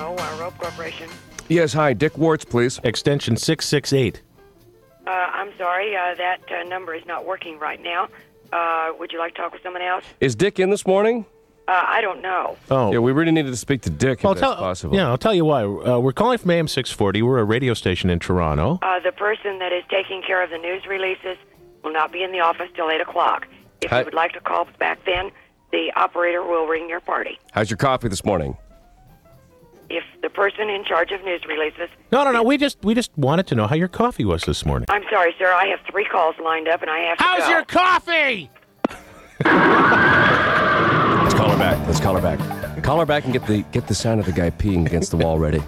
uh, station. Yes, hi. Dick Warts, please. Extension 668. Uh, I'm sorry, uh, that uh, number is not working right now. Uh, would you like to talk with someone else? Is Dick in this morning? Uh, I don't know. Oh. Yeah, we really needed to speak to Dick if I'll that's tell, possible. Yeah, I'll tell you why. Uh, we're calling from AM 640. We're a radio station in Toronto. Uh, the person that is taking care of the news releases will not be in the office till 8 o'clock. If Hi. you would like to call back then, the operator will ring your party. How's your coffee this morning? If the person in charge of news releases, No, no, no. We just we just wanted to know how your coffee was this morning. I'm sorry, sir, I have three calls lined up and I have to go. coffee? Let's call her back. Let's call her back. Call her back and get the get the sound of the guy peeing against the wall ready.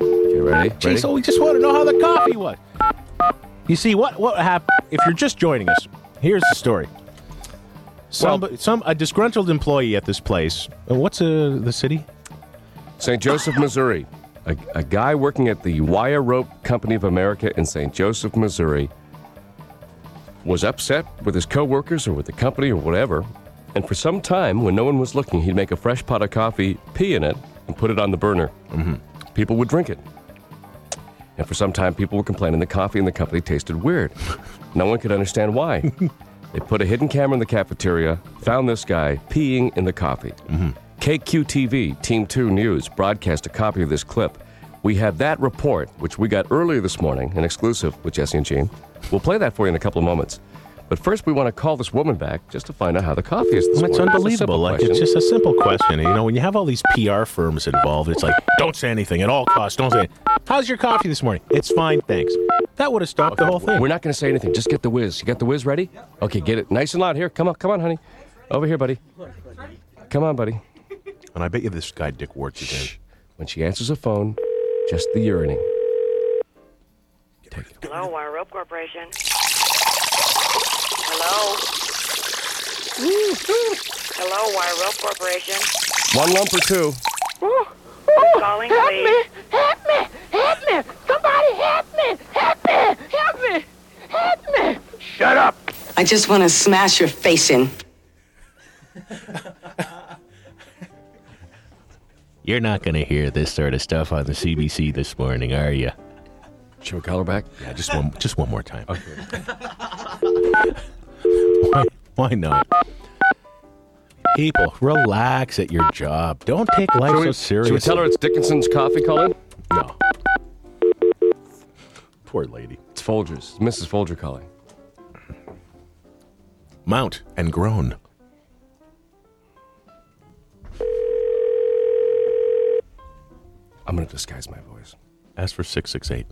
Okay, Ah, ready? Jeez, so we just want to know how the coffee was. You see what what happened? If you're just joining us, here's the story. Some some a disgruntled employee at this place. uh, What's uh, the city? St. Joseph, Missouri. A, a guy working at the Wire Rope Company of America in St. Joseph, Missouri was upset with his coworkers or with the company or whatever. And for some time, when no one was looking, he'd make a fresh pot of coffee, pee in it, and put it on the burner. Mm-hmm. People would drink it. And for some time, people were complaining the coffee in the company tasted weird. No one could understand why. they put a hidden camera in the cafeteria, found this guy peeing in the coffee. Mm-hmm. KQTV, Team 2 News, broadcast a copy of this clip. We have that report, which we got earlier this morning, an exclusive with Jesse and Gene. We'll play that for you in a couple of moments. But first, we want to call this woman back just to find out how the coffee is this It's morning. a unbelievable. simple Like question. it's just a simple question. You know, when you have all these PR firms involved, it's like, don't say anything at all costs. Don't say. Anything. How's your coffee this morning? It's fine, thanks. That would have stopped the whole thing. We're not going to say anything. Just get the whiz. You got the whiz ready? Okay, get it nice and loud. Here, come on, come on, honey. Over here, buddy. Come on, buddy. and I bet you this guy Dick Warts is in. When she answers the phone, just the urinating. Hello, Wire Rope Corporation. Hello. Hello, Wire Rope Corporation. One lump or two. Calling, help please. me! Help me! Help me! Somebody help me! Help me! Help me! Help me! Shut up! I just want to smash your face in. You're not going to hear this sort of stuff on the CBC this morning, are you? Should we call her back? Yeah, just one, just one more time. why, why not? People, relax at your job. Don't take life so seriously. Should we tell her it's Dickinson's coffee calling? No. Poor lady. It's Folgers. It's Mrs. Folger calling. Mount and groan. I'm going to disguise my voice. Ask for six six eight.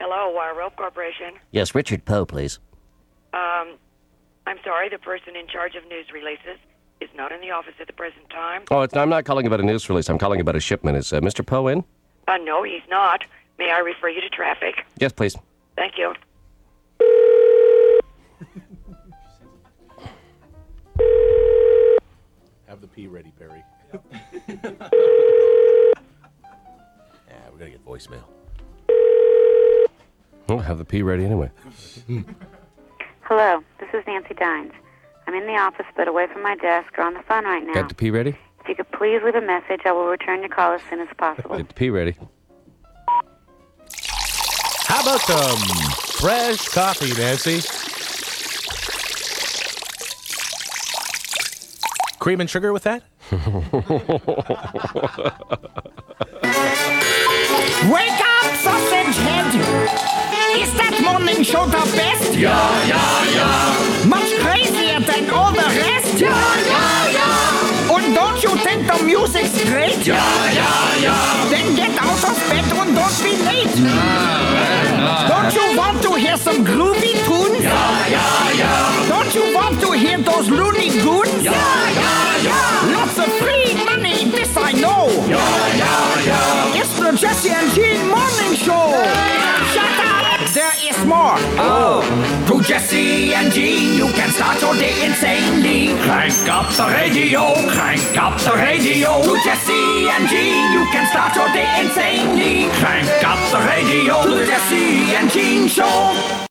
Hello, Wire Rope Corporation. Yes, Richard Poe, please. I'm sorry, the person in charge of news releases is not in the office at the present time. Oh, it's, I'm not calling about a news release. I'm calling about a shipment. Is uh, Mr. Poe in? Uh, no, he's not. May I refer you to traffic? Yes, please. Thank you. Have the pee ready, Barry. yeah, we're gonna get voicemail. Oh, have the pee ready anyway. Hello, this is Nancy Dines. I'm in the office, but away from my desk or on the phone right now. Got the pee ready? If you could please leave a message, I will return your call as soon as possible. Get the pee ready. How about some fresh coffee, Nancy? Cream and sugar with that? Wake up, sausage head! Is that morning show the best? Yeah, yeah, yeah! Much crazier than all the rest? Yeah, yeah, yeah! And don't you think the music's great? Yeah, yeah, yeah! Then get out of bed and don't be late! Don't you want to hear some groovy tunes? Yeah, yeah, yeah! Don't you want to hear those loony goons? Yeah, yeah, yeah! Lots of free money, this I know! It's the Jesse and Gene Morning Show. Shut up! There is more. Oh. To Jesse and Gene, you can start your day insanely. Crank up the radio, crank up the radio. To Jesse and Gene, you can start your day insanely. Crank up the radio. To the Jesse and Gene Show.